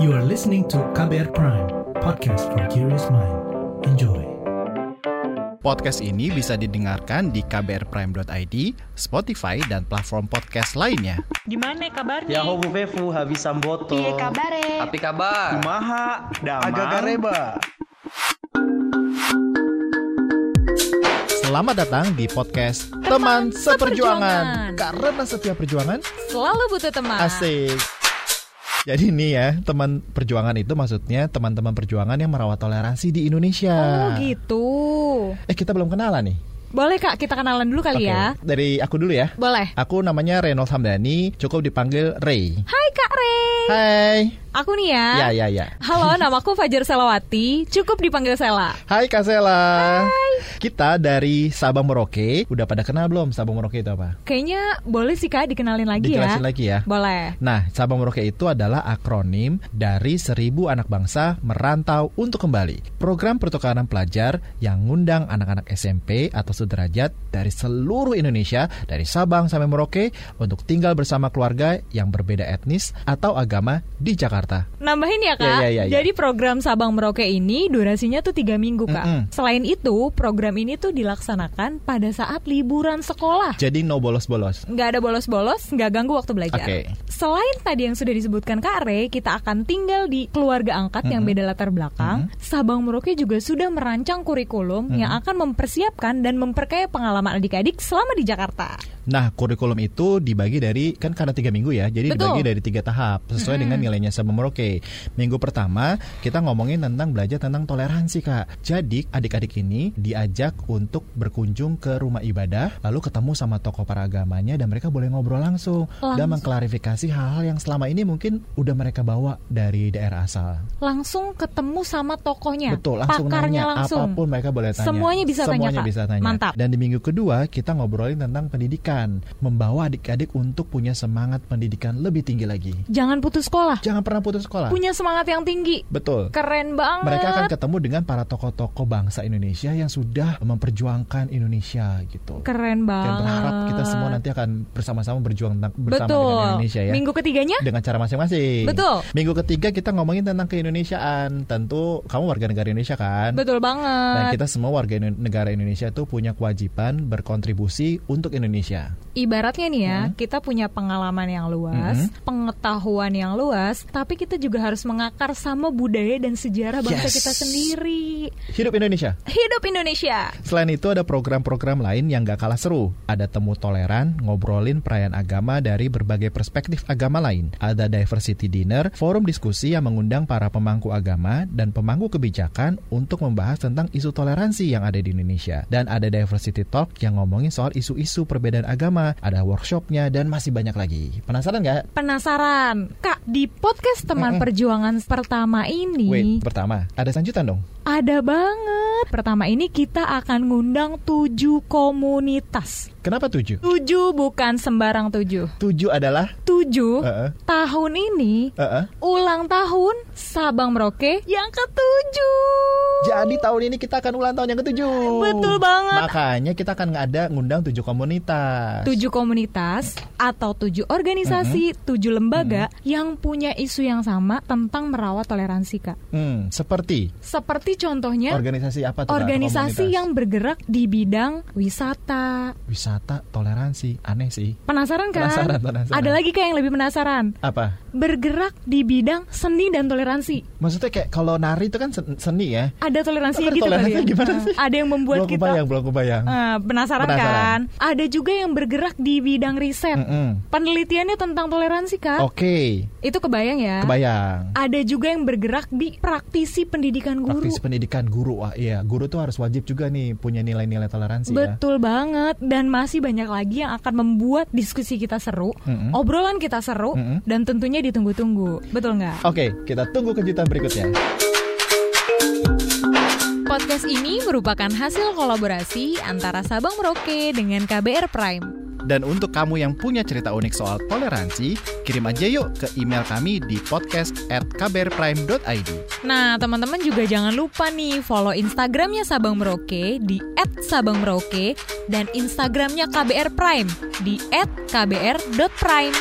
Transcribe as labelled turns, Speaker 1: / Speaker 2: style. Speaker 1: You are listening to KBR Prime, podcast for curious mind. Enjoy.
Speaker 2: Podcast ini bisa didengarkan di kbrprime.id, Spotify, dan platform podcast lainnya.
Speaker 3: Gimana kabarnya?
Speaker 4: Ya hobu befu habis samboto.
Speaker 3: Piye kabare?
Speaker 5: Tapi kabar.
Speaker 4: Maha damang.
Speaker 6: Agak gareba.
Speaker 2: Selamat datang di podcast Teman,
Speaker 3: Teman
Speaker 2: Seperjuangan.
Speaker 3: Seperjuangan. Ah.
Speaker 2: Karena setiap perjuangan
Speaker 3: Selalu butuh teman.
Speaker 2: asik. Jadi nih ya, teman perjuangan itu maksudnya teman-teman perjuangan yang merawat toleransi di
Speaker 3: Oh
Speaker 2: Indonesia.
Speaker 3: gitu.
Speaker 2: Eh kita belum kenalan nih.
Speaker 3: Boleh Kak, kita kenalan dulu kali
Speaker 2: Oke,
Speaker 3: ya.
Speaker 2: Dari aku dulu ya.
Speaker 3: Boleh.
Speaker 2: Aku namanya Renold Hamdani, cukup dipanggil Ray.
Speaker 3: Hai Kak Re.
Speaker 2: Hai.
Speaker 3: Aku nih ya.
Speaker 2: Ya ya ya.
Speaker 3: Halo, namaku Fajar Selawati. Cukup dipanggil Sela.
Speaker 2: Hai Kak Sela. Kita dari Sabang Merauke. Udah pada kenal belum Sabang Merauke itu apa?
Speaker 3: Kayaknya boleh sih Kak dikenalin lagi
Speaker 2: Dijelasin
Speaker 3: ya.
Speaker 2: lagi ya.
Speaker 3: Boleh.
Speaker 2: Nah, Sabang Merauke itu adalah akronim dari seribu anak bangsa merantau untuk kembali. Program pertukaran pelajar yang ngundang anak-anak SMP atau sederajat dari seluruh Indonesia, dari Sabang sampai Merauke, untuk tinggal bersama keluarga yang berbeda etnis atau agama di Jakarta.
Speaker 3: Nambahin ya Kak.
Speaker 2: Ya, ya, ya, ya.
Speaker 3: Jadi program Sabang Merauke ini durasinya tuh tiga minggu Kak.
Speaker 2: Mm-mm.
Speaker 3: Selain itu, program ini tuh dilaksanakan pada saat liburan sekolah.
Speaker 2: Jadi no bolos-bolos.
Speaker 3: nggak ada bolos-bolos, nggak ganggu waktu belajar.
Speaker 2: Oke.
Speaker 3: Selain tadi yang sudah disebutkan Kak Re, kita akan tinggal di keluarga angkat yang beda latar belakang. Sabang Merauke juga sudah merancang kurikulum yang akan mempersiapkan dan memperkaya pengalaman adik-adik selama di Jakarta.
Speaker 2: Nah, kurikulum itu dibagi dari kan karena tiga minggu ya, jadi
Speaker 3: Betul.
Speaker 2: dibagi dari tiga tahap sesuai dengan nilainya sama Merauke. Minggu pertama kita ngomongin tentang belajar tentang toleransi kak. Jadi adik-adik ini diajak untuk berkunjung ke rumah ibadah, lalu ketemu sama tokoh para agamanya dan mereka boleh ngobrol langsung, dan
Speaker 3: Langsung.
Speaker 2: mengklarifikasi hal-hal yang selama ini mungkin udah mereka bawa dari daerah asal.
Speaker 3: Langsung ketemu sama tokohnya,
Speaker 2: Betul, langsung
Speaker 3: pakarnya
Speaker 2: nanya
Speaker 3: langsung.
Speaker 2: apapun mereka boleh tanya.
Speaker 3: Semuanya bisa tanya,
Speaker 2: Semuanya
Speaker 3: Kak.
Speaker 2: bisa tanya.
Speaker 3: Mantap.
Speaker 2: Dan di minggu kedua kita ngobrolin tentang pendidikan, membawa adik-adik untuk punya semangat pendidikan lebih tinggi lagi.
Speaker 3: Jangan putus sekolah,
Speaker 2: Jangan pernah putus sekolah.
Speaker 3: punya semangat yang tinggi.
Speaker 2: Betul.
Speaker 3: Keren banget.
Speaker 2: Mereka akan ketemu dengan para tokoh-tokoh bangsa Indonesia yang sudah memperjuangkan Indonesia gitu.
Speaker 3: Keren banget.
Speaker 2: Dan berharap kita semua nanti akan bersama-sama berjuang tentang bersama
Speaker 3: Betul.
Speaker 2: dengan Indonesia ya.
Speaker 3: Minggu ketiganya?
Speaker 2: dengan cara masing-masing.
Speaker 3: Betul.
Speaker 2: Minggu ketiga kita ngomongin tentang keindonesiaan. Tentu kamu warga negara Indonesia kan?
Speaker 3: Betul banget.
Speaker 2: Nah, kita semua warga Indo- negara Indonesia itu punya kewajiban berkontribusi untuk Indonesia.
Speaker 3: Ibaratnya nih
Speaker 2: Hmm.
Speaker 3: ya, kita punya pengalaman yang luas, pengetahuan yang luas, tapi kita juga harus mengakar sama budaya dan sejarah bangsa
Speaker 2: Yes.
Speaker 3: kita sendiri.
Speaker 2: Hidup Indonesia.
Speaker 3: Hidup Indonesia.
Speaker 2: Selain itu ada program-program lain yang gak kalah seru. Ada temu toleran, ngobrolin perayaan agama dari berbagai perspektif agama lain. Ada diversity dinner, forum diskusi yang mengundang para pemangku agama dan pemangku kebijakan untuk membahas tentang isu toleransi yang ada di Indonesia. Dan ada diversity talk yang ngomongin soal isu-isu perbedaan agama, ada workshopnya dan masih banyak lagi. Penasaran nggak?
Speaker 3: Penasaran? Kak, di podcast teman perjuangan pertama ini
Speaker 2: Hmm. Wait, pertama, ada lanjutan dong.
Speaker 3: ada banget. Pertama ini kita akan ngundang tujuh komunitas.
Speaker 2: Kenapa tujuh?
Speaker 3: Tujuh bukan sembarang tujuh.
Speaker 2: Tujuh adalah uh-uh.
Speaker 3: Tujuh
Speaker 2: Heeh.
Speaker 3: tahun ini
Speaker 2: Heeh.
Speaker 3: ulang tahun Sabang Merauke yang ketujuh.
Speaker 2: Jadi tahun ini kita akan ulang tahun yang ketujuh.
Speaker 3: Betul banget.
Speaker 2: Makanya kita akan ada ngundang tujuh komunitas. Mm-hmm.
Speaker 3: tujuh komunitas atau tujuh organisasi, tujuh lembaga yang punya isu yang sama tentang merawat toleransi, Kak.
Speaker 2: Hmm, seperti
Speaker 3: Seperti contohnya
Speaker 2: organisasi apa tuh? Kak, atau
Speaker 3: Ya. organisasi
Speaker 2: komunitas?
Speaker 3: yang bergerak di bidang wisata.
Speaker 2: wisata toleransi aneh sih.
Speaker 3: Penasaran kan?
Speaker 2: Penasaran, penasaran.
Speaker 3: Ada lagi Kak yang lebih penasaran.
Speaker 2: Apa?
Speaker 3: Bergerak di bidang seni dan toleransi.
Speaker 2: Maksudnya kayak kalau nari itu kan sen- seni ya.
Speaker 3: Ada toleransinya
Speaker 2: Kan
Speaker 3: gitu kali
Speaker 2: toleransinya
Speaker 3: ya?
Speaker 2: gimana
Speaker 3: Eh,
Speaker 2: sih?
Speaker 3: Ada yang membuat
Speaker 2: belum
Speaker 3: kita
Speaker 2: kebayang, belum kebayang.
Speaker 3: eh, penasaran,
Speaker 2: Penasaran.
Speaker 3: kan? Ada juga yang bergerak di bidang riset.
Speaker 2: Mm-mm.
Speaker 3: Penelitiannya tentang toleransi, Kak.
Speaker 2: Oke,
Speaker 3: Itu kebayang ya?
Speaker 2: kebayang.
Speaker 3: Ada juga yang bergerak di praktisi pendidikan guru.
Speaker 2: Praktis pendidikan guru, wah iya, guru tuh harus wajib juga nih punya nilai-nilai toleransi ya.
Speaker 3: Betul banget dan masih banyak lagi yang akan membuat diskusi kita seru,
Speaker 2: Mm-mm.
Speaker 3: obrolan kita seru
Speaker 2: Mm-mm.
Speaker 3: dan tentunya ditunggu-tunggu. Betul nggak?
Speaker 2: Oke, kita tunggu kejutan berikutnya.
Speaker 3: Podcast ini merupakan hasil kolaborasi antara Sabang Merauke dengan KBR Prime.
Speaker 2: Dan untuk kamu yang punya cerita unik soal toleransi, kirim aja yuk ke email kami di podcast at kbrprime.id.
Speaker 3: Nah, teman-teman juga jangan lupa nih follow Instagramnya Sabang Merauke di @sabangmerauke dan Instagramnya KBR Prime di @kbr.prime.